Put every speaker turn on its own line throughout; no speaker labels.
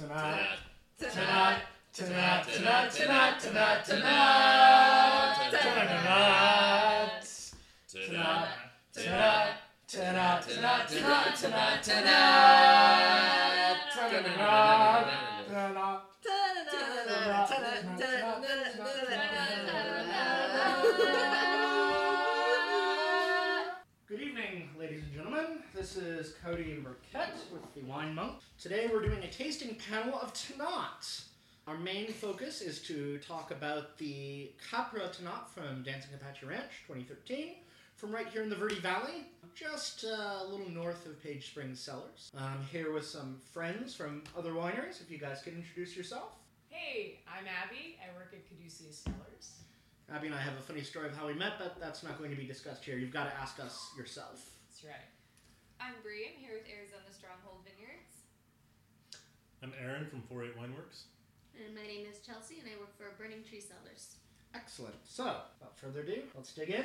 Tonight,
Tonight,
tonight,
tonight, tonight, tonight,
tonight,
tonight.
tonight,
tonight,
tonight,
tonight, tonight, tonight,
tonight. Good evening, ladies and gentlemen. This is Cody Burkett with the Wine Monk. Today we're doing a tasting panel of Tanat. Our main focus is to talk about the Capra Tanat from Dancing Apache Ranch 2013, from right here in the Verde Valley, just uh, a little north of Page Springs Cellars. I'm here with some friends from other wineries. If you guys could introduce yourself.
Hey, I'm Abby. I work at Caduceus Cellars.
Abby and I have a funny story of how we met, but that's not going to be discussed here. You've got to ask us yourself.
That's right.
I'm Bree. I'm here with Arizona Stronghold Vineyards.
I'm Aaron from 48 Wineworks.
And my name is Chelsea, and I work for Burning Tree Sellers.
Excellent. So, without further ado, let's dig in.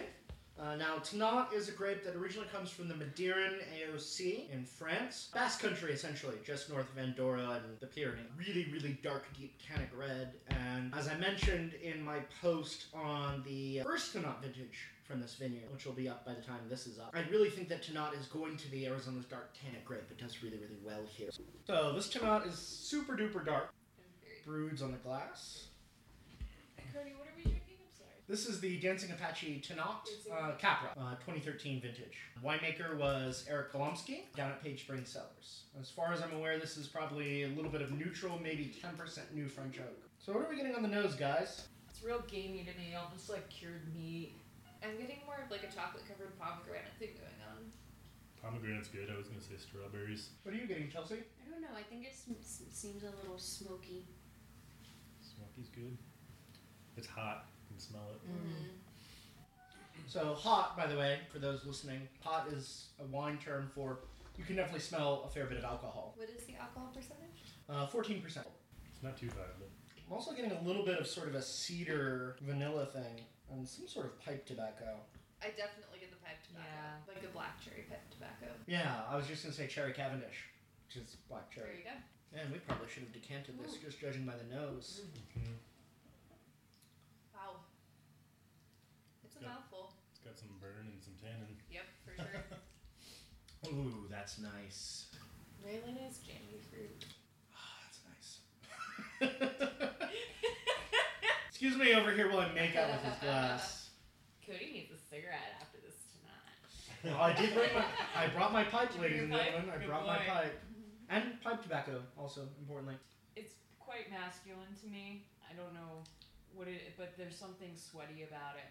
Uh, now, Tanat is a grape that originally comes from the Madeiran AOC in France. Basque country, essentially, just north of Andorra and the Pyrenees. Really, really dark, deep tannic red. And as I mentioned in my post on the first Tanat vintage from this vineyard, which will be up by the time this is up, I really think that Tanat is going to be Arizona's dark tannic grape. It does really, really well here. So, this Tanat is super duper dark.
I'm very
Broods on the glass.
Cody, what are we drinking? I'm sorry.
This is the Dancing Apache Tanat uh, Capra, uh, 2013 vintage. Winemaker was Eric Golomsky down at Page Spring Cellars. As far as I'm aware, this is probably a little bit of neutral, maybe 10% new French oak. So what are we getting on the nose, guys?
It's real gamey to me, almost like cured meat.
I'm getting more of like a chocolate covered pomegranate thing going on.
Pomegranate's good. I was going to say strawberries.
What are you getting, Chelsea?
I don't know. I think it sm- s- seems a little smoky.
Smoky's good. It's hot. You can smell it.
Mm-hmm.
So hot, by the way, for those listening, hot is a wine term for you can definitely smell a fair bit of alcohol.
What is the alcohol percentage?
Uh, 14%.
It's not too bad, but
I'm also getting a little bit of sort of a cedar vanilla thing and some sort of pipe tobacco.
I definitely get the pipe tobacco.
Yeah.
Like a black cherry pipe tobacco.
Yeah, I was just gonna say cherry Cavendish, which is black
There
cherry.
you go.
Man, we probably should have decanted this just judging by the nose.
Wow. It's a
Yeah.
mouthful.
it's got some burn and some tannin.
Yep, for sure.
Ooh, that's nice.
really nice jammy fruit.
Ah, that's nice. Excuse me over here while I make out with this glass.
Cody needs a cigarette after this tonight.
Well, I did bring my, I brought my pipe,
Did you
ladies
bring
and
your pipe? Mm-hmm.
gentlemen. I
Good
brought my
boy.
pipe and pipe tobacco, also importantly.
It's quite masculine to me. I don't know what it, but there's something sweaty about it.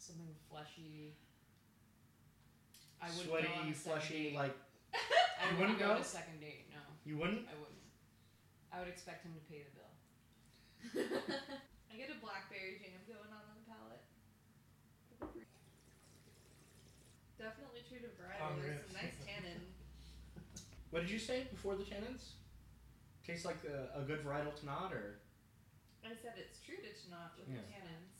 Something fleshy. I wouldn't go on
Sweaty,
a second
fleshy,
date.
like
I
You wouldn't
wouldn't go on
go?
a second date. No,
you wouldn't.
I wouldn't. I would expect him to pay the bill.
I get a blackberry jam going on on the palate. Definitely true to varietal. There's some nice tannin.
What did you say before the tannins? Tastes like a, a good varietal tanat, or
I said it's true to not with the tannins.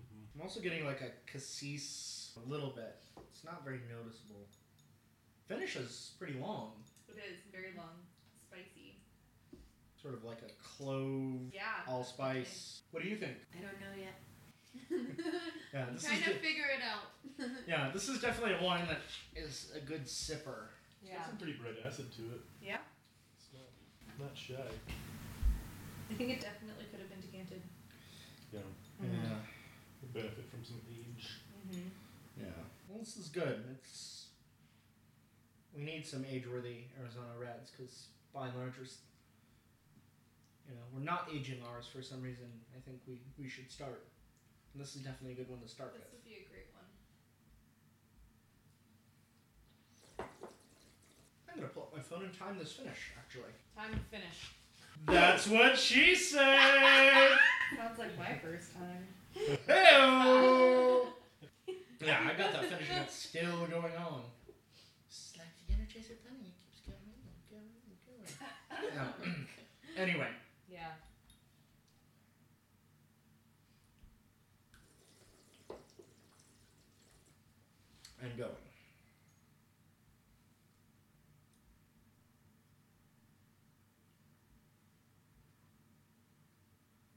Mm-hmm.
I'm also getting like a cassis a little bit. It's not very noticeable. Finish is pretty long,
It is very long, spicy.
sort of like a clove,
Yeah.
allspice. What do you think?
I don't know yet.
I'm
Yeah, this is
trying to
de-
figure it out.
yeah, this is definitely a wine that is a good sipper.
It's got
Yeah.
some pretty bright acid to it.
Yeah.
It's not, not shy.
I think it definitely could have been decanted.
Yeah.
Yeah,
Will benefit from some age.
Mm-hmm.
yeah. Well, this is good. It's we need some age-worthy Arizona Reds because by and large, we're, s- you know, we're not aging ours for some reason. I think we we should start. And this is definitely a good one to start
This
with.
would be a great one.
I'm gonna pull up my phone and time this finish, actually.
Time to finish.
That's what she said.
Sounds like my first time.
Hello. yeah, I got that finish and it's still going on. It's like the Energizer bunny. It keeps going in and going and going. Yeah. anyway,
Yeah.
and going.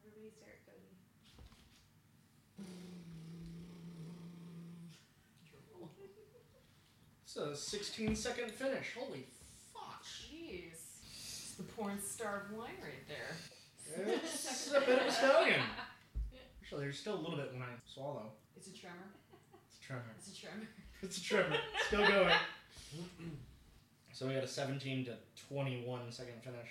Please, Derek Cody.
It's a 16 second finish. Holy fuck.
Jeez. It's the porn star of wine right there.
It's a bit of a stallion. Actually, there's still a little bit when I swallow.
It's a tremor.
It's a tremor.
It's a tremor.
It's a tremor. Still going. so we got a 17 to 21 second finish.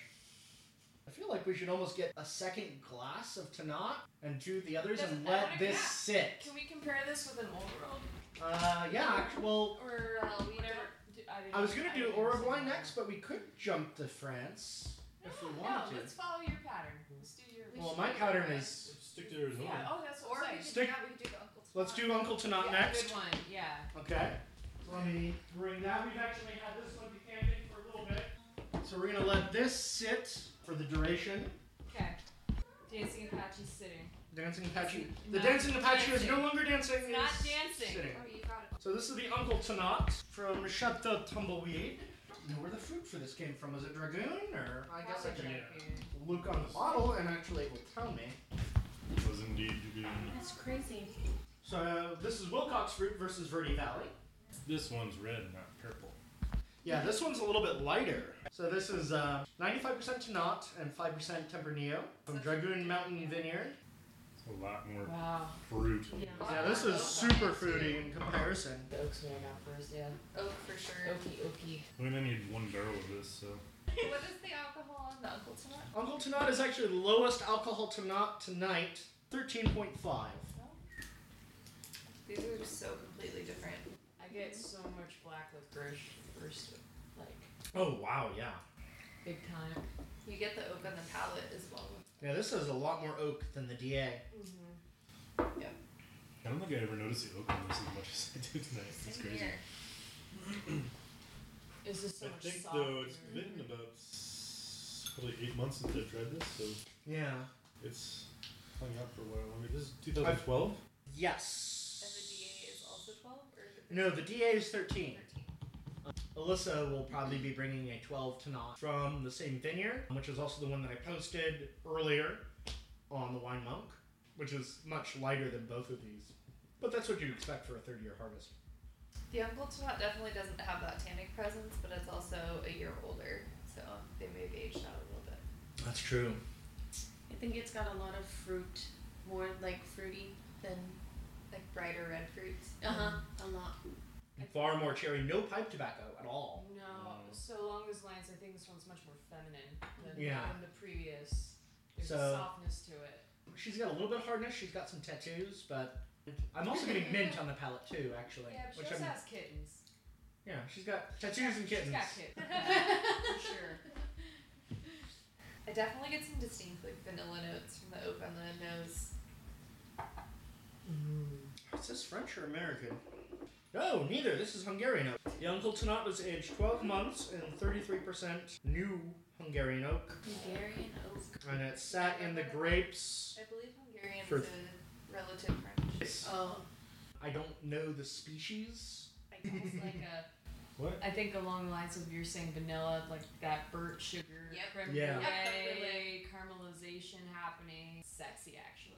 I feel like we should almost get a second glass of Tanat and do the others
Doesn't
and
that
let
matter?
this
Yeah.
sit.
Can we compare this with an old world?
Uh, yeah, act- well,
Or uh, we
Whatever.
never.
d- I, didn't-
I was gonna
I
do
didn't
Aura
see
Blind
that.
next, but we could jump to France if we
No,
wanted
no,
to.
let's follow your pattern. Let's do your.
We
Well,
should
my
do
pattern
that.
is
Stick to Arizona.
Yeah. Oh, that's
Or
what I'm
we could
saying.
Stick-
do that. We could do the Uncle
let's
Spot.
do Uncle Tanat
Yeah,
next.
Good one. Yeah.
Okay. Let me bring that. We've actually had this one decanting for a little bit. So we're gonna let this sit for the duration.
Okay. Dancing Apache sitting.
Dancing Apache.
It's
The
not
dancing Apache is no
dancing.
longer dancing.
It's not
it's
dancing.
Sitting.
Oh, you got it.
So this is the Uncle Tanat from Chateau Tumbleweed. Know where the fruit for this came from? Was it Dragoon or? I guess I
Probably
can
Jack Beard.
look on the bottle and actually it will tell me.
Was indeed Dragoon.
That's crazy.
So this is Wilcox fruit versus Verde Valley.
This one's red, not purple.
Yeah, this one's a little bit lighter. So this is uh, 95% Tanat and 5% Tempranillo from Dragoon Mountain Vineyard.
It's a lot more
Wow.
fruit.
Yeah.
Yeah, this is super fruity in comparison.
The oaks ran out first, yeah.
Oak for sure.
Okie okie.
We only need one barrel of this, so
what is the alcohol on the Uncle Spot?
Uncle Tanat is actually the lowest alcohol Tanat tonight, 13.5.
These are so completely different.
I get so much black licorice first, like,
Oh, wow, yeah.
big time.
You get the oak on the palate as well.
Yeah, this has a lot more oak than the DA.
Mm-hmm.
I don't think I ever noticed the oak on this as much as I do tonight. It's crazy.
It's just so
I
much
think
softer.
though it's been about s- probably eight months since I tried this, so
Yeah.
it's hung out for a while longer. This is 2012.
Yes.
And the DA is also 12? Or is it
No, the DA is 13.
13?
Alyssa will probably be bringing a 12 to knot from the same vineyard, which is also the one that I posted earlier on the Wine Monk, which is much lighter than both of these. But that's what you'd expect for a third year harvest.
The Uncle Spot definitely doesn't have that tannic presence, but it's also a year older, so they may have aged out a little bit.
That's true.
I think it's got a lot of fruit, more like fruity than.
Like brighter red fruits.
Uh huh. A lot.
Far more cherry, no pipe tobacco at all.
No,
Mm.
so along those lines, I think this one's much more feminine than,
Yeah.
than the previous. There's
So-
a softness to it.
She's got a little bit of hardness, she's got some tattoos, but I'm also getting mint on the palate too, actually.
yeah, but she
which
also
I'm-
has kittens.
yeah, she's got tattoos and kittens.
She's got kittens. For sure.
I definitely get some distinct like vanilla notes from the oak on the nose.
Is this French or American? No, neither. This is Hungarian oak. The Uncle Tanat was aged 12 months and 33% new Hungarian oak.
Hungarian oak.
And it sat in the grapes.
I believe Hungarian
For-
is a relative French.
Oh.
I don't know the species.
Like almost like a.
What?
I think along the lines of you're saying vanilla, like that burnt sugar,
Yep.
creme
Yeah.
Yep,
brulee, caramelization happening. Sexy, actually.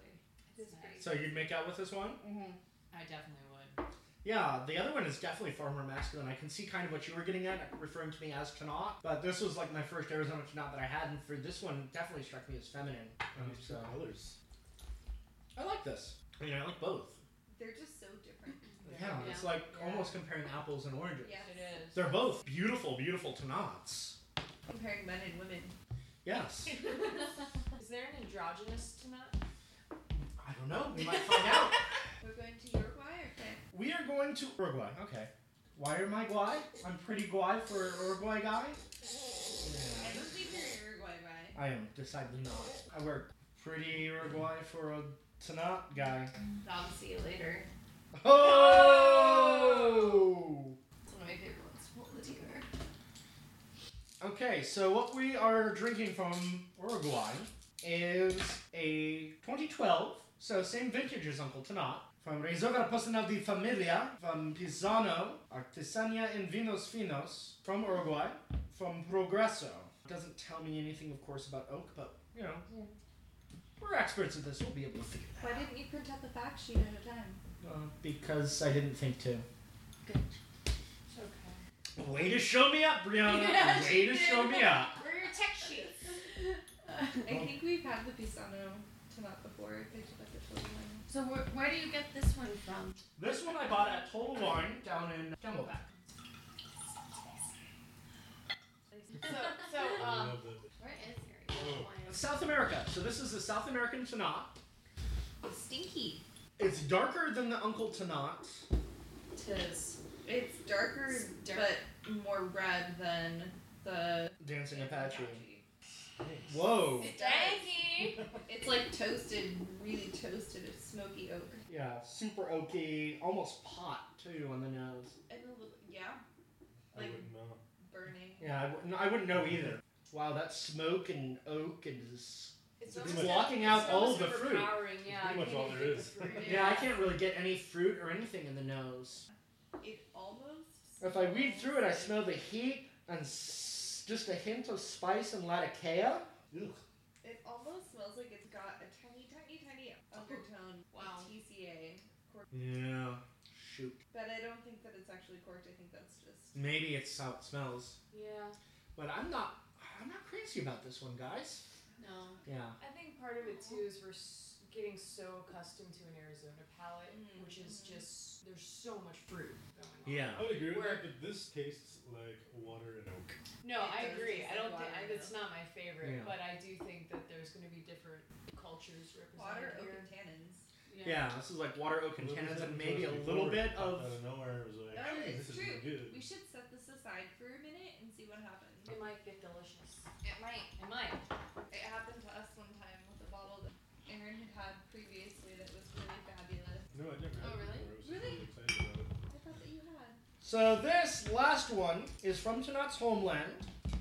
It is great.
So you'd make out with this one?
Mm-hmm. I definitely would.
Yeah, the other one is definitely far more masculine. I can see kind of what you were getting at, referring to me as Tanat. But this was like my first Arizona Tanat that I had, and for this one, definitely struck me as feminine. Um, so
colors.
I like this. I mean, I like both.
They're just so different.
Yeah, it's like almost comparing apples and oranges.
Yeah.
It is.
They're both beautiful, beautiful Tanats.
Comparing men and women.
Yes.
Is there an androgynous to nut?
I don't know. We might find out.
We're going to Uruguay or can
We are going to Uruguay. Okay. Why am I guy? I'm pretty guy for an Uruguay guy.
I
Yeah,
don't think you're Uruguay, right?
I am decidedly not. I work pretty Uruguay for a Tanat guy.
I'll see you later.
Oh!
It's one of my favorite ones. What was your-
Okay, so what we are drinking from Uruguay is a 2012, so same vintage as Uncle Tanat, from Rezoga Personal de Familia, from Pisano, Artesania en Vinos Finos, from Uruguay, from Progreso. Doesn't tell me anything, of course, about oak, but you know, We're experts at this. We'll be able to figure that
Why didn't you print out the fact sheet ahead of time?
out. Uh, because I didn't think to.
Good.
It's okay.
Way to show me up, Brianna.
Yeah,
Way
she
to
did.
show me up.
Where are your tech sheets?
I think we've had the Pisano Tanat before. They did like a total one.
So where, where do you get this one from?
This one I bought at Total Wine down in Camelback.
So, so, um,
Love that.
Where is
Oh.
South America. So this is the South American Tanat.
Stinky.
It's darker than the Uncle Tanat.
Tis.
It's darker,
It's dark.
but more red than the
Dancing Apache. Whoa.
Stanky.
It's like toasted, really toasted, it's smoky oak.
Yeah, super oaky, almost pot too on the nose.
And a little, yeah,
I
Like-
wouldn't know.
burning.
Yeah, I wouldn't, I wouldn't know either. Wow, that smoke and oak and s-
it's
It's
almost-
blocking out
it's
all
almost
the fruit.
overpowering, Yeah,
pretty
I
much
can't
all
even
there
get the
is.
fruit.
yeah, I can't really get any fruit or anything in the nose.
It almost.
If I read through it, I smell the heat and s- just a hint of spice and latakia. Ugh.
It almost smells like it's got a tiny, tiny, tiny undertone of
Wow.
TCA. Cork.
Yeah. Shoot.
But I don't think that it's actually corked. I think that's just.
Maybe it's how it smells,
Yeah.
but I'm not. I'm not crazy about this one, guys.
No.
Yeah.
I think part of it too is we're s- getting so accustomed to an Arizona palate,
Mm,
which is
mhm.
just there's so much fruit going on.
Yeah.
I would agree with
Where-
that, but this tastes like water and oak.
No,
It
I
does
agree.
taste
I
like
don't think
water,
I, it's not my favorite,
Yeah.
but I do think that there's going to be different cultures
Water,
represented
oak,
here.
and tannins.
Yeah, this is like water, oak, and
What was
cannons,
that
and
we
maybe a
chose
little
before?
bit
Popped
of.
Out of nowhere, it was like,
That
"Hey,
is
this is
true.
good.
We should set this aside for a minute and see what happens.
It might get delicious.
It might.
It might.
It happened to us one time with a bottle that Aaron had had previously that was really fabulous.
No, I never.
Oh,
had it
really?
before. I was
Really?
really excited about it.
I thought that you had.
So this last one is from Tanat's Homeland,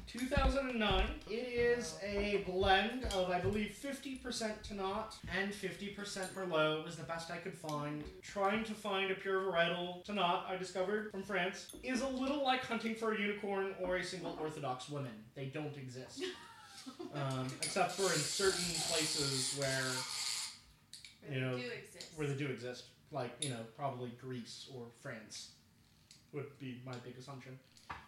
2009. It is a blend of, I believe, 50% Tanat and 50% Merlot was the best I could find. Trying to find a pure varietal Tanat I discovered from France is a little like hunting for a unicorn or a single Orthodox woman. They don't exist. Um, except for in certain places where You know,
do exist.
where they do exist, like you know, probably Greece or France, would be my big assumption.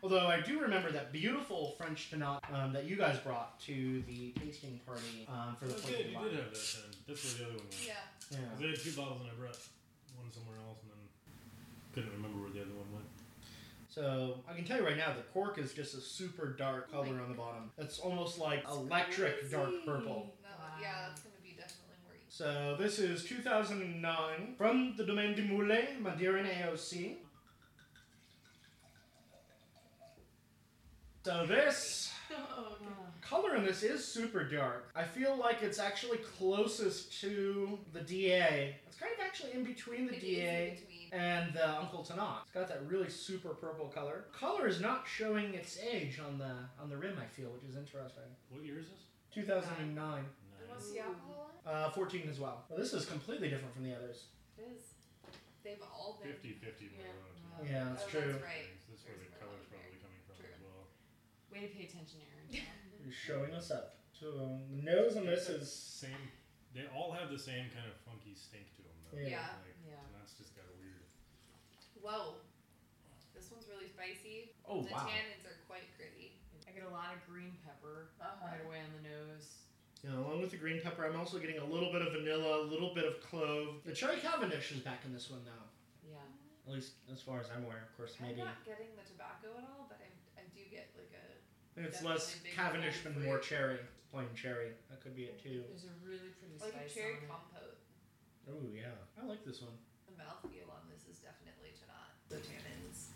Although I do remember that beautiful French Tanat um, that you guys brought to the tasting party um, for the
Oh,
plate
good, you did have that then. That's where the other one was.
Yeah.
Yeah.
'Cause I had two bottles and I brought one somewhere else and then couldn't remember where the other one went.
So I can tell you right now, the cork is just a super dark color on the bottom. It's almost like electric dark purple.
That one, yeah, that's gonna be definitely more. easy.
So this is 2009 from the Domaine du Moulin, Madeiran AOC. So this
Oh, okay.
Color in this is super dark. I feel like it's actually closest to the DA. It's kind of actually in between the
It is in
DA
between.
and the Uncle Tanat. It's got that really super purple color. Color is not showing its age on the on the rim. I feel, which is interesting.
What year is this?
2009,
And
Nine.
what's the alcohol
on it?
uh, 14 as well. well. This is completely different from the others.
It is.
They've all been.
50 50
Yeah.
Merlot.
Yeah, that's
oh,
true.
That's right.
That's where the
There's
color's
Merlot
probably coming from
True.
as well.
Way to pay attention, Aaron.
He's showing us up. So um, the nose on this is
Same. They all have the same kind of funky stink to them, though.
Yeah.
Yeah.
Like,
Yeah.
That's just got a weird.
Whoa. This one's really spicy.
oh
the
wow.
tannins are quite gritty.
I get a lot of green pepper
Oh
Uh-huh.
right away on the nose.
Yeah, along with the green pepper, I'm also getting a little bit of vanilla, a little bit of clove. The cherry Cavendish is back in this one now.
Yeah.
At least as far as I'm aware, of course, maybe.
I'm not getting the tobacco at all, but I'm, I do get like a.
And it's
Definitely
less
big
Cavendish but
plum fruit.
more cherry. Plain cherry. That could be it too.
There's a really pretty
Like a
spice
cherry
on it.
compote.
Oh yeah, I like this one.
The mouthfeel on this is definitely to not the tannins.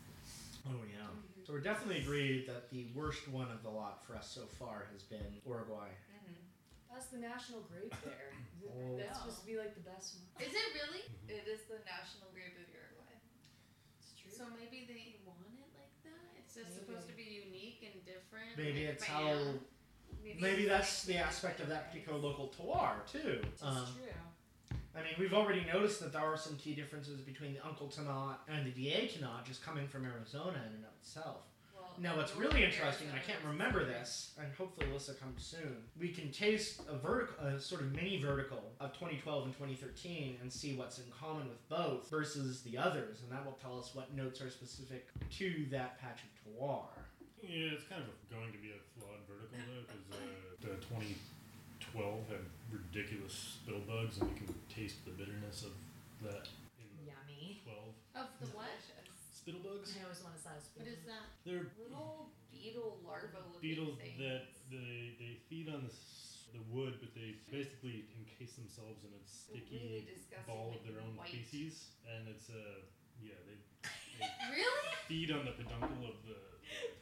Oh yeah.
Mm-hmm.
So we're definitely agreed that the worst one of the lot for us so far has been Uruguay.
Mm-hmm.
That's the national grape there.
Oh.
That's supposed to be like the best one.
Is it really? It
Mhm.
is the national grape of Uruguay.
It's true.
So maybe they want it like that? It's just
Maybe.
supposed to be unique and different?
Maybe
like
it's
by
how.
now?
Maybe that's the aspect of that particular local terroir too.
It's
Um,
true.
I mean, we've already noticed that there are some key differences between the Uncle Tanat and the DA Tanat just coming from Arizona in and of itself.
Well,
Now, what's really interesting, and I can't remember this, and hopefully this will come soon. We can taste a vertical, a sort of mini vertical of 2012 and 2013, and see what's in common with both versus the others, and that will tell us what notes are specific to that patch of Tawar.
Yeah, it's kind of going to be a flawed vertical though, because uh, the 2012 had ridiculous spill bugs, and you can taste the bitterness of that in the
Yummy.
12
Of the what?
spittle bugs.
I always want to say
What is that?
They're
Little beetle larva looking
beetles
things.
that they they feed on the s- the wood, but they basically encase themselves in a sticky
really disgusting
ball of their own
white-
species, and it's uh, yeah they
Really?
feed on the peduncle of the.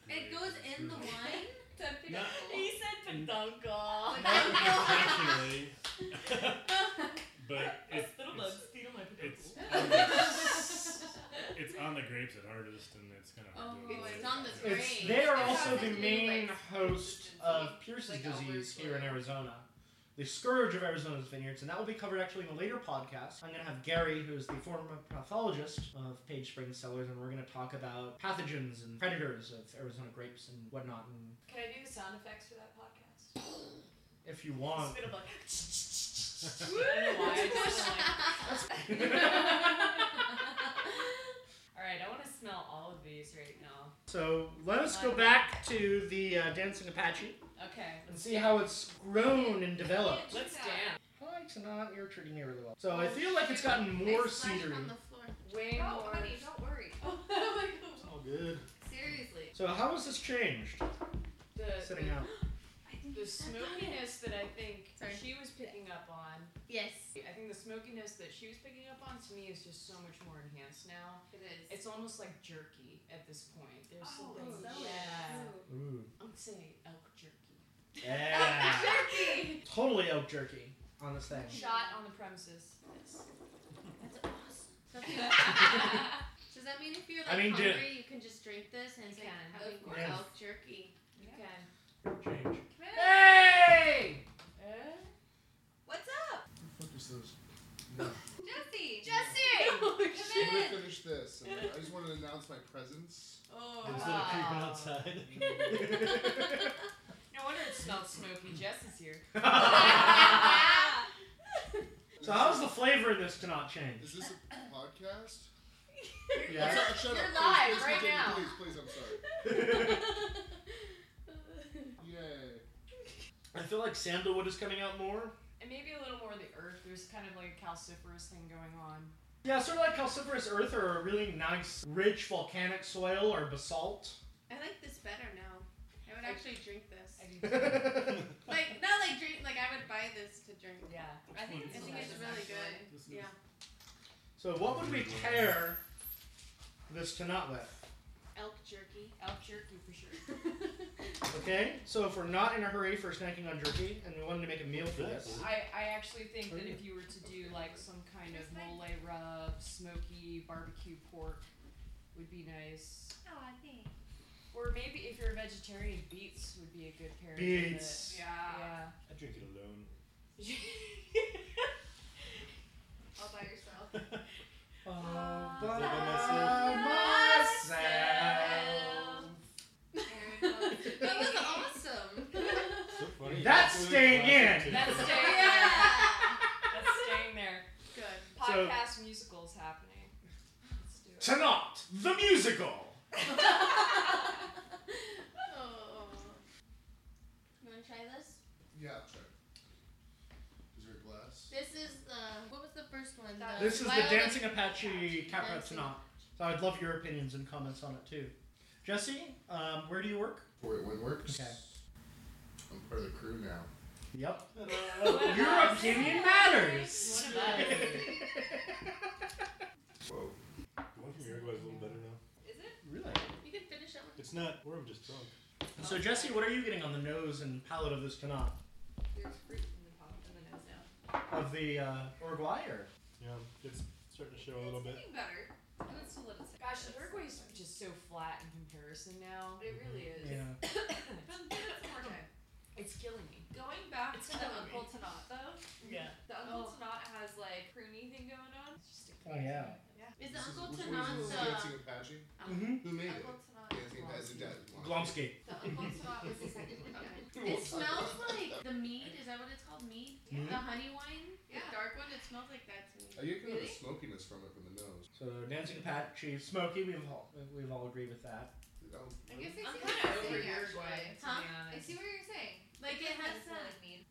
the
It
grape
goes
and
in the
screws it.
wine?
That big
Nah.
hole.
He said peduncle.
Not
Peduncle.
intentionally, but it's
Spittle
it's,
bugs feed on my
it's
peduncle.
on the, it's on the grapes at hardest, and it's kind of hard to
Oh,
avoid.
it's on the
Yeah.
It's,
Great.
they are
It
also
has
the
to do,
main
like,
host of Pierce's
like
disease
Albert's
here in
oil.
Arizona, the scourge of Arizona's vineyards, and that will be covered actually in a later podcast. I'm going to have Gary, who's the former pathologist of Page Spring Cellars, and we're going to talk about pathogens and predators of Arizona grapes and whatnot. And
Can I do the sound effects for that podcast?
if you want,
Spittle bug. I don't know why. I just like. All right, I want to smell all of these right now.
so let us go back to the uh, Dancing Apache
Okay,
and see how it's grown and developed.
let's
Yeah.
dance.
Hi, Tanat, you're treating me really well. So I feel like it's gotten more
I splashed
cedary.
on the floor.
Way
Oh,
more. Oh
honey, don't worry.
It's all good.
Seriously.
So how has this changed?
The,
Sitting out.
I think
the
it's stuck on it.
smokiness that I think
Sorry.
she was picking up on.
Yes.
I think the smokiness that she was picking up on to me is just so much more enhanced now.
It is.
It's almost like jerky at this point. There's
Oh,
something.
so
yeah.
Ooh.
I'm gonna say elk jerky.
Yeah.
Jerky!
totally elk jerky on this thing.
Shot on the premises. Yes.
That's awesome. Does that mean-
yeah.
Does that mean if you're like
I mean, do-
hungry, you can just drink this and it's
You
like
can.
having
Of
more
course.
elk jerky? You
Yeah.
can.
Change.
Hey!
What's up?
What is this?
Jesse!
Jesse! Oh,
I'm
Come
gonna
in!
finish this. and I just want to announce my presence.
Oh,
Instead of creeping
Wow.
outside.
No wonder it smells smoky. Jess is here.
so how's the flavor in this to not change?
Is this a podcast?
Yeah.
Shut- shut
You're
up, please,
live
please,
right
continue,
now.
Please, please, I'm sorry. Yay.
I feel like sandalwood is coming out more.
And maybe a little more of the earth. There's kind of like a calciferous thing going on.
Yeah, sort of like calciferous earth or a really nice, rich volcanic soil or basalt.
I like this better now. I would actually drink this.
I do too.
That's
Like not like drink like I would buy this to drink.
yeah.
I think it's, I think it's
delicious,
really
actually.
good.
This is-
Yeah.
so what would we pair this to not with?
Elk jerky.
Elk jerky for sure.
Okay, so if we're not in a hurry for snacking on jerky and we wanted to make a meal for this,
I, I actually think that if you were to do like some kind of
Here's
mole rub, smoky barbecue pork would be nice. Or maybe if you're a vegetarian, beets would be a good pairing. with it.
Beets.
Yeah.
Yeah.
I drink it alone.
All by yourself.
All
by
myself.
That was awesome.
So funny.
That's
Absolute
staying
classic
in.
too.
That's staying there.
yeah.
That's staying there.
Good.
So-
Podcast musicals happening. Let's do it.
Tonight, the musical.
Oh. You wanna try this?
Yeah, sure. Is there a glass?
This is the what was the first one?
That-
This is the
Violet-
Dancing Apache Capra
Dancing-
Tanat. So I'd love your opinions and comments on it too. Jesse, um, where do you work?
Fort Windworks.
Okay.
I'm part of the crew now.
Yep.
What
Your
Uh,
about-
opinion matters.
What about-
Whoa. The one from Uruguay is a little better now.
Is it?
really?
You can finish that one.
It's not. Or I'm just drunk.
So Jesse, what are you getting on the nose and palate of this Tanat?
There's fruit in the top in the nose now.
Of the uh, Uruguay or?
Yeah, it's starting to show a little
it's
bit.
looking better. I'm gonna still let it sit.
Gosh, Uruguay's just so flat in comparison now.
But it really is.
Yeah.
But give it some more time.
It's killing me.
Going back
It's
to the
kinda
Uncle Tanat though,
Yeah.
the Uncle
Oh.
Tanat has like pruny thing going on.
It's just a
Oh yeah.
This
Is the
is-
Uncle
which one is
Tanan's
this?
uh,
Dancing Apache?
Mm-hmm.
Who made it?
Uncle Tanat
Yes, it does. It does.
Glomsky.
The uncle swap was the second one. Yeah.
We'll
It
talk
smells
about
like
that.
the mead. Is that what it's called? Mead?
Hmm?
Mhm.
The honey wine?
Yeah.
The dark one? It smells like that to me.
Oh, you can have
Really?
the smokiness from it from the nose.
So Nancy Apache, Smokey, we've all we've all agreed with that.
Oh,
I guess I see
I'm kinda
what you're
over
saying,
Uruguay.
actually.
to
Huh?
be
I
honest.
see what you're saying.
Like it has the,
mead.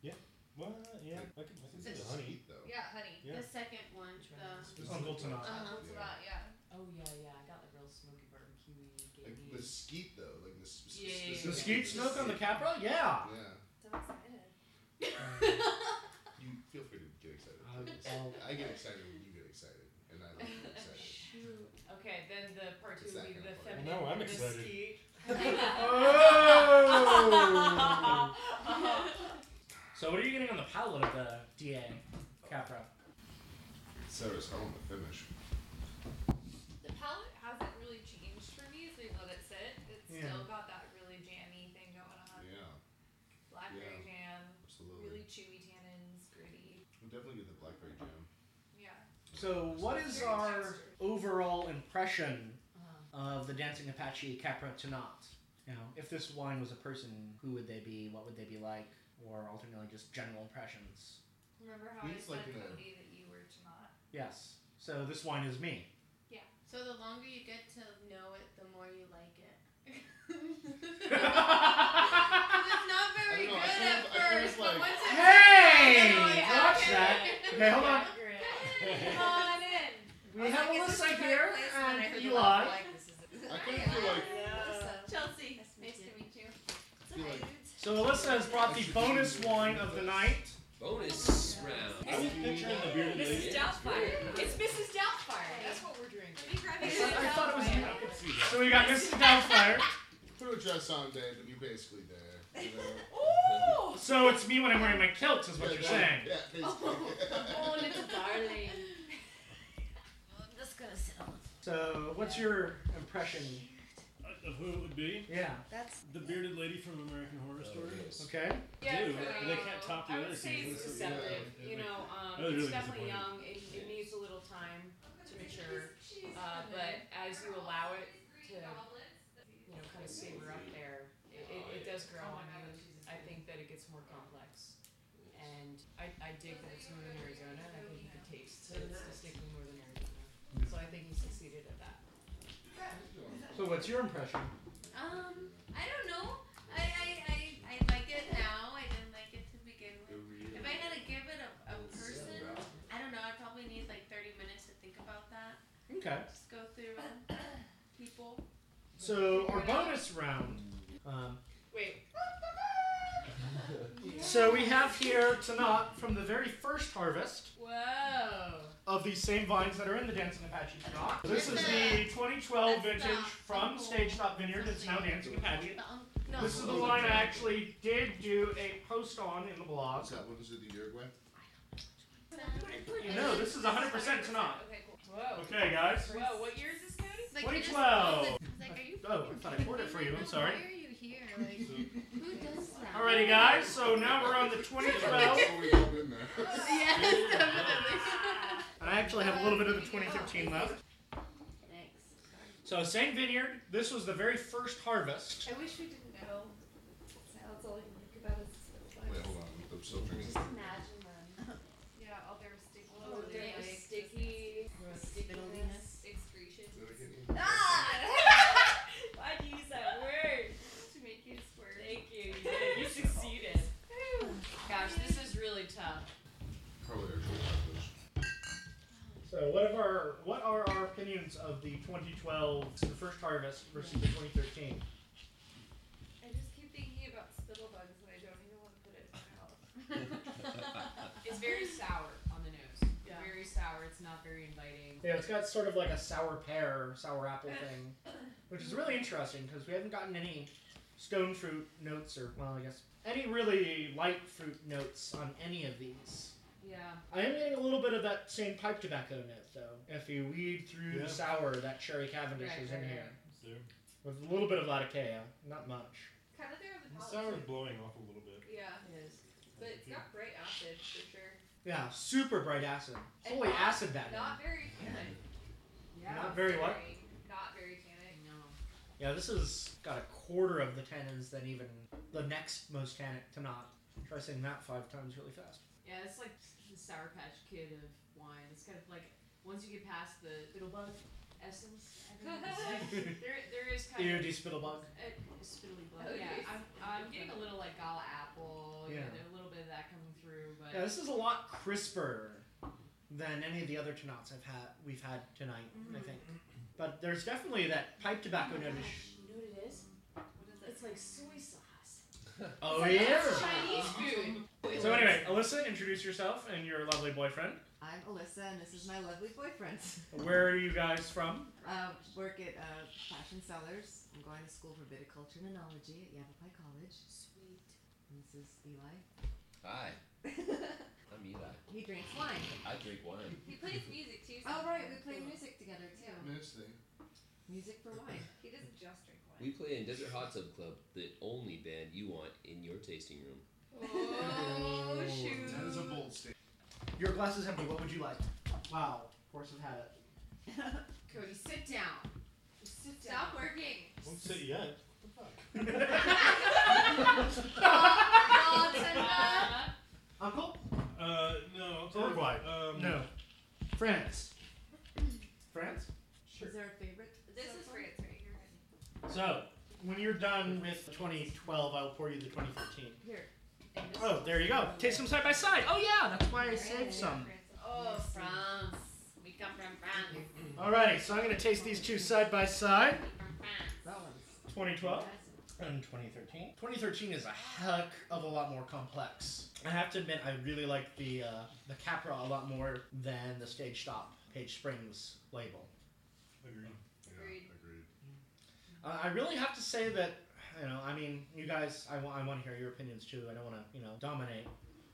Well, yeah, I can, I can see the honey.
Sweet, though.
Yeah, honey.
Yeah.
the second one.
Which one is
The,
It's on Voltanat.
Uh-huh.
It's
Yeah.
about yeah.
Oh yeah, yeah. I got like real smoky barbecue. Gave
Like
me.
mesquite though, like Mm-hmm. the sp-
Yeah, yeah, yeah.
The skeet smoke on the Capra? Yeah.
Yeah.
So excited.
You feel free to get excited.
I'll-
please.
I'll-
I get excited when you get excited, and I don't get excited.
Okay, then the part two
It's
would
that
be
kind
the
of part.
feminine. Uh-huh.
Well, now I'm
the
excited.
skeet.
oh! so what are you getting on the palate of the DA Capra?
Sarah's home to finish.
The palate hasn't really changed for me as we let it sit. It's
Yeah.
still got that really jammy thing going on.
Yeah,
Blackberry jam,
absolutely.
really chewy tannins, gritty.
We'll definitely get the blackberry jam.
Yeah.
So what is
Very
our
textured.
overall impression
Uh,
of the Dancing Apache Capra Tanat? You know, if this wine was a person, who would they be? What would they be like? Or alternately, just general impressions.
Remember how I
It's like
said
a-
Cody that you were to not?
Yes. So this wine is me.
so the longer you get to know it, the more you like it.
it's not very
I don't know, I
good
kind of-
at
I kind of
first, but
like-
once it's
hey!
Oh, yeah,
Watch
okay.
that. Okay, hold on.
Come on in.
We have Alyssa here and Eli.
I kind of feel like
Chelsea,
Nice to meet you.
I feel like
So Alyssa has brought the
Actually,
bonus
we-
wine of the night.
Bonus round.
I was picturing the bearded lady.
Mrs. Doubtfire. It's Mrs. Doubtfire.
Hey.
That's what we're drinking.
Let me grab
I
you
thought- I thought it was
some
you.
I could see that.
So we got Mrs. Doubtfire.
put a dress on, Dave, and you're basically there. You know?
Ooh!
So it's me when I'm wearing my kilt, is what
Yeah,
you're
that-
saying.
Yeah,
oh,
basically.
little darling.
I'm just gonna sit on the
So what's your impression?
Uh, Of who it would be?
Yeah.
That's
The bearded lady from American Horror Story.
Okay.
Yeah,
Dude,
so
they can't top the
I
other
would say
season.
it's
This is-
separate.
yeah, it
you
makes-
know, um,
I
it's
was really
definitely
disappointed.
young. It, it needs a little time to mature, uh, but as you allow it to, you know, kind of savor up there, it, it, it does
Oh,
grow on you. I think that it gets more complex, and I, I dig that it's Northern Arizona, and I think you can taste that it's distinctly Northern Arizona.
Mm.
So I think he succeeded at that.
So what's your impression?
Um, I don't know. I, I, I, I like it now. I didn't like it to begin with. If I had to give it a, a person, I don't know. I probably need like 30 minutes to think about that.
Okay.
Just go through um, people.
So our bonus round. Um,
Wait,
so we have here Tanat from the very first harvest
whoa!
of these same vines that are in the Dancing Apache Tanat. This is the 2012 vintage from Stage Stop Vineyard. It's now Dancing Apache.
The un- no,
This is the wine I actually did do a post on in the blog.
What's that one? Is it the Uruguay?
You know, this is 100% Tanat.
Okay, cool.
Whoa!
Okay, guys.
Whoa! What year is this, Cody?
Like,
2012.
I was like, are you
Oh, I thought I poured it for you. I'm sorry.
Why are you here? Like, who does that?
Alrighty, guys. So now we're on the 2012,
Before we go in there.
Yes, definitely.
and I actually have a little bit of the 2013 left.
Thanks.
So same vineyard. This was the very first harvest.
I wish we didn't know. Now that's all I can think about is
Wait, hold on. I'm still drinking.
Imagine them.
yeah, all their sticky,
Oh, they're
like,
sticky.
Fiddliness.
excretions.
Did I get any?
Why'd you use that word?
To make you squirt.
Thank you. You, did. you succeeded. Gosh, this is really tough.
Probably actually have those.
So what are our what are our opinions of the 2012, the first harvest versus the 2013?
I just keep thinking about spittle bugs and I don't even want to put it in my mouth.
It's very sour on the nose.
Yeah.
Very sour. It's not very inviting.
Yeah, it's got sort of like a sour pear, sour apple thing, which is really interesting because we haven't gotten any stone fruit notes or well, I guess any really light fruit notes on any of these.
Yeah.
I am getting a little bit of that same pipe tobacco note, though. If you weed through
Yeah.
the sour, that Sherry Cavendish
Right,
is
right,
in
right.
here.
So,
With a little bit of Laticaia, not much.
Kind of there on the
the
palate.
sour is
too.
blowing off a little bit.
Yeah,
It is.
but it's got bright acid for sure.
Yeah, super bright acid.
And
Holy
not-
acid that
Not very tannic.
Not very what?
Very- Not very tannic.
I know.
is. Yeah, this has got a quarter of the tannins than even the next most tannic to not. Try saying that five times really fast.
Yeah, it's like the Sour Patch Kid of wine. It's kind of like once you get past the spittlebug essence, I think it's- there there is kind
Ew,
of
do spittlebug.
a spittly bug.
Oh,
Yeah,
yes.
I'm, I'm getting a little like gala apple. Yeah,
Yeah.
there's a little bit of that coming through, but
Yeah, this is a lot crisper than any of the other tannats I've had we've had tonight. I think, but there's definitely that pipe tobacco notice.
you know what it is?
What is it?
It's like soy sauce.
Oh
it's like
yeah.
that's Chinese food.
So anyway, Alyssa, introduce yourself and your lovely boyfriend.
I'm Alyssa, and this is my lovely boyfriend.
Where are you guys from?
Uh, work at uh, Fashion Sellers. I'm going to school for viticulture and enology at Yavapai College.
Sweet.
And this is Eli.
Hi, I'm Eli.
he drinks wine.
I drink wine.
He plays music too.
Oh, right, we play music together too.
Mitch thing.
Music for wine.
He doesn't just drink wine.
We play in Desert Hot Tub Club, the only band you want in your tasting room.
Oh, shoot.
That is a bold statement.
Your glass is empty. What would you like? Wow, of course I've had it.
Cody, sit down. Just sit down.
Stop working.
Won't sit yet. What
Uh,
Uncle?
the fuck? Uh, no. I'll tell you-
Uruguay.
Um,
No. France. France?
Is there a favorite?
This
so
is
far?
France right here.
So, when you're done with 2012, I will pour you the 2014.
Here.
Oh, there you go. Taste them side by side. Oh, yeah, that's why I
Yeah,
saved some.
Oh,
Yes.
France. We come from France.
Alrighty, so I'm going to taste these two side by side
We from France.
That one's.
2012 and 2013. 2013 is a heck of a lot more complex. I have to admit, I really like the, uh, the Capra a lot more than the Stage Stop Page Springs label.
Agreed.
Agreed.
agreed.
Uh, I really have to say that, you know, I mean, you guys, I want to hear your opinions too. I don't want to, you know, dominate.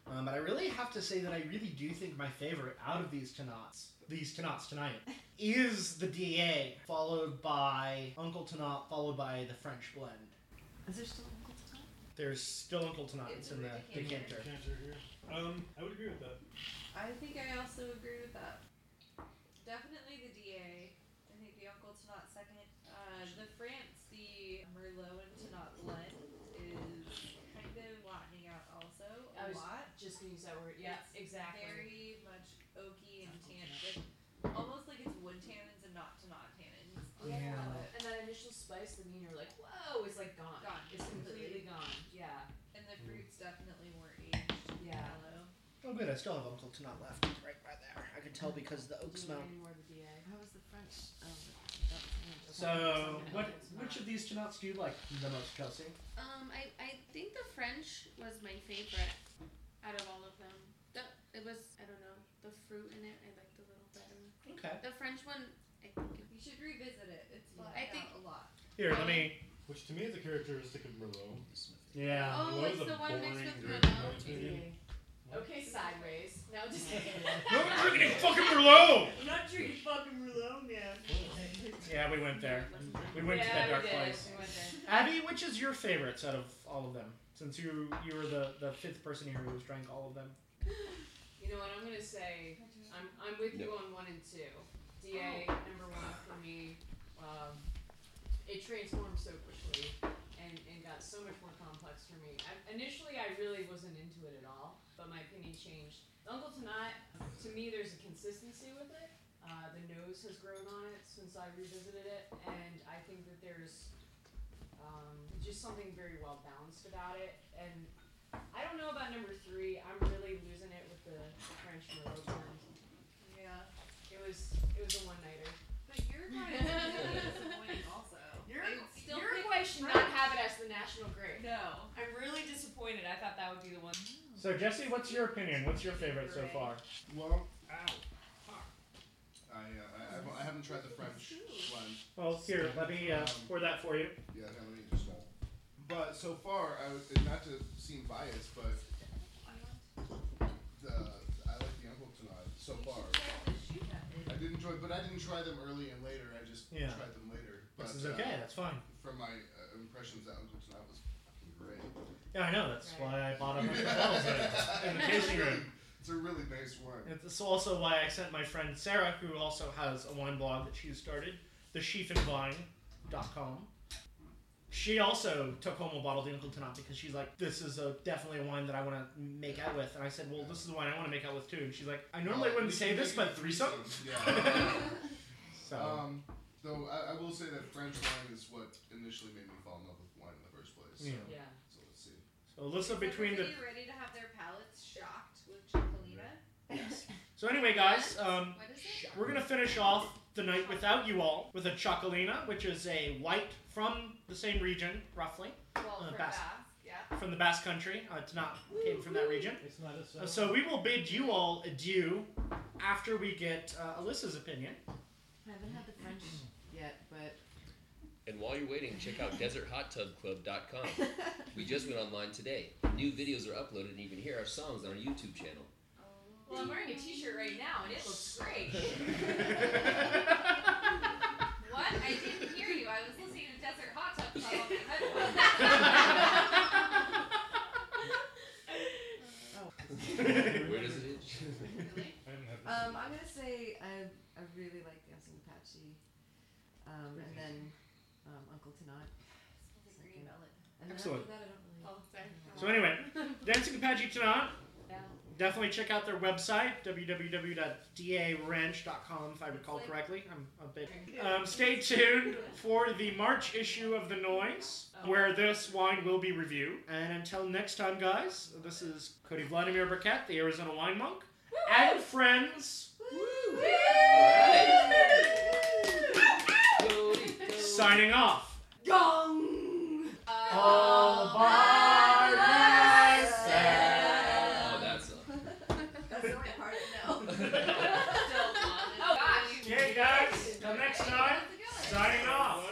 Um, but I really have to say that I really do think my favorite out of these Tanots, these Tanots tonight, is the DA, followed by Uncle Tanat, followed by the French blend.
Is there still Uncle Tom?
There's still Uncle Tanat it's in the decanter.
Cancer here. Um, I would agree with that.
I think I also agree with that. Definitely the DA. I think the Uncle Tanat second. Uh, the France, the Merlot and Tanat blend is kind of flattening out also a
I was-
lot.
Just gonna use that word. Yeah,
It's
exactly.
Very much oaky and tannic. Like, almost like it's wood tannins and not Tanat tannins.
Oh,
Yeah.
And that initial spice, the meaner, like, whoa, is like gone.
Gone.
It's completely gone. Yeah.
And the fruits definitely were aged
Yeah.
mellow.
Oh, good, I still have Uncle Tanat left. It's right by there. I can tell because of the oak smell.
Any more of the DA.
How was the French? Oh,
So, what, which of these Tanats do you like the most, Chelsea?
Um, I, I think the French was my favorite out of all of them. The, it was, I don't know, the fruit in it, I liked a little better.
Okay.
The French one, I think. You should revisit it. It's I think, a lot.
Here, let me.
Which to me is a characteristic of Merlot.
Yeah.
Oh,
Merlot's
it's
a
the one mixed
boring
with
grape, in my
Merlot.
opinion.
Okay, sideways. No, just kidding.
We're drinking fucking Merlot!
I'm not drinking fucking Merlot, man.
Yeah, we went there. We went
yeah,
to that dark
we did.
place.
We went there.
Abby, which is your favorites out of all of them? Since you you were the, the fifth person here who's drank all of them.
You know what? I'm gonna say I'm I'm with you on one and two. DA number one for me. Um, it transformed so quickly and, and got so much more complex for me. I, initially, I really wasn't into it at all, but my opinion changed. Uncle Tonight, to me, there's a consistency with it. Uh, the nose has grown on it since I revisited it, and I think that there's um, just something very well balanced about it. And I don't know about number three. I'm really losing it with the French Merlot blend.
Yeah.
It was it was a one nighter.
But Uruguay is really disappointing also. still
Uruguay should
pick
not have it as the national grape.
No.
I'm really disappointed. I thought that would be the one.
So Jesse, what's your opinion? What's your favorite so far?
Well, ow. Fuck. I, uh, I, I've- I haven't tried the French blend.
Well, here, let me uh, pour that for you.
Yeah, I haven't eaten small. But so far, I was, and not to seem biased, but the, I like the Uncle Tonight so far. I did enjoy, but I didn't try them early and later. I just
Yeah.
tried them later. But,
This is
uh,
okay. That's fine.
from my uh, impressions, that Uncle Tonight was fucking great.
Yeah, I know. That's why I bought a bunch of bottles of it in the
it's, a
tasting
really,
room.
it's a really nice wine.
It's also why I sent my friend Sarah, who also has a wine blog that she started, theshiefinvine.com. She also took home a bottle of Uncle Tanat because she's like, this is a definitely a wine that I want to make out with. And I said, well, this is the wine I want to make out with too. And she's like, I normally
Uh,
wouldn't
we
say
can
this,
make it
but threesome.
Yeah.
So
Um, though I, I will say that French wine is what initially made me fall in love with wine in the first place.
Yeah.
Yeah.
So let's see.
so Alyssa between the
Everybody ready to have their palates shocked with Chocolina?
yes. So anyway, guys, um,
What is it?
We're gonna finish off the night without you all with a chocolina, which is a white from the same region, roughly
Well,
Uh,
for
Basque.
Basque, yeah.
from the Basque Country. Uh, it's not came from that region.
It's not a
Uh, so we will bid you all adieu after we get uh, Alyssa's opinion.
I haven't had the French yet, but
And while you're waiting, check out DesertHotTubClub.com. We just went online today. New videos are uploaded, and you can hear our songs on our YouTube channel.
Well, I'm wearing a T-shirt right now, and it looks great.
What? I didn't hear you. I was listening to Desert Hot Tub Club on my headphones.
Where does it itch?
I haven't had
um, I'm gonna say I I really like Dancing Apache, um, and then um, Uncle Tanat,
Green velvet.
and then
Excellent.
after that I don't really.
All the time.
So anyway, Dancing Apache tonight. Definitely check out their website www.daranch.com if I recall correctly. I'm a bit. Um, stay tuned for the March issue of the Noise, where this wine will be reviewed. And until next time, guys, this is Cody Vladimir Burkett, the Arizona Wine Monk, and friends
All right. Go, go.
signing off.
Gong.
Oh,
Oh,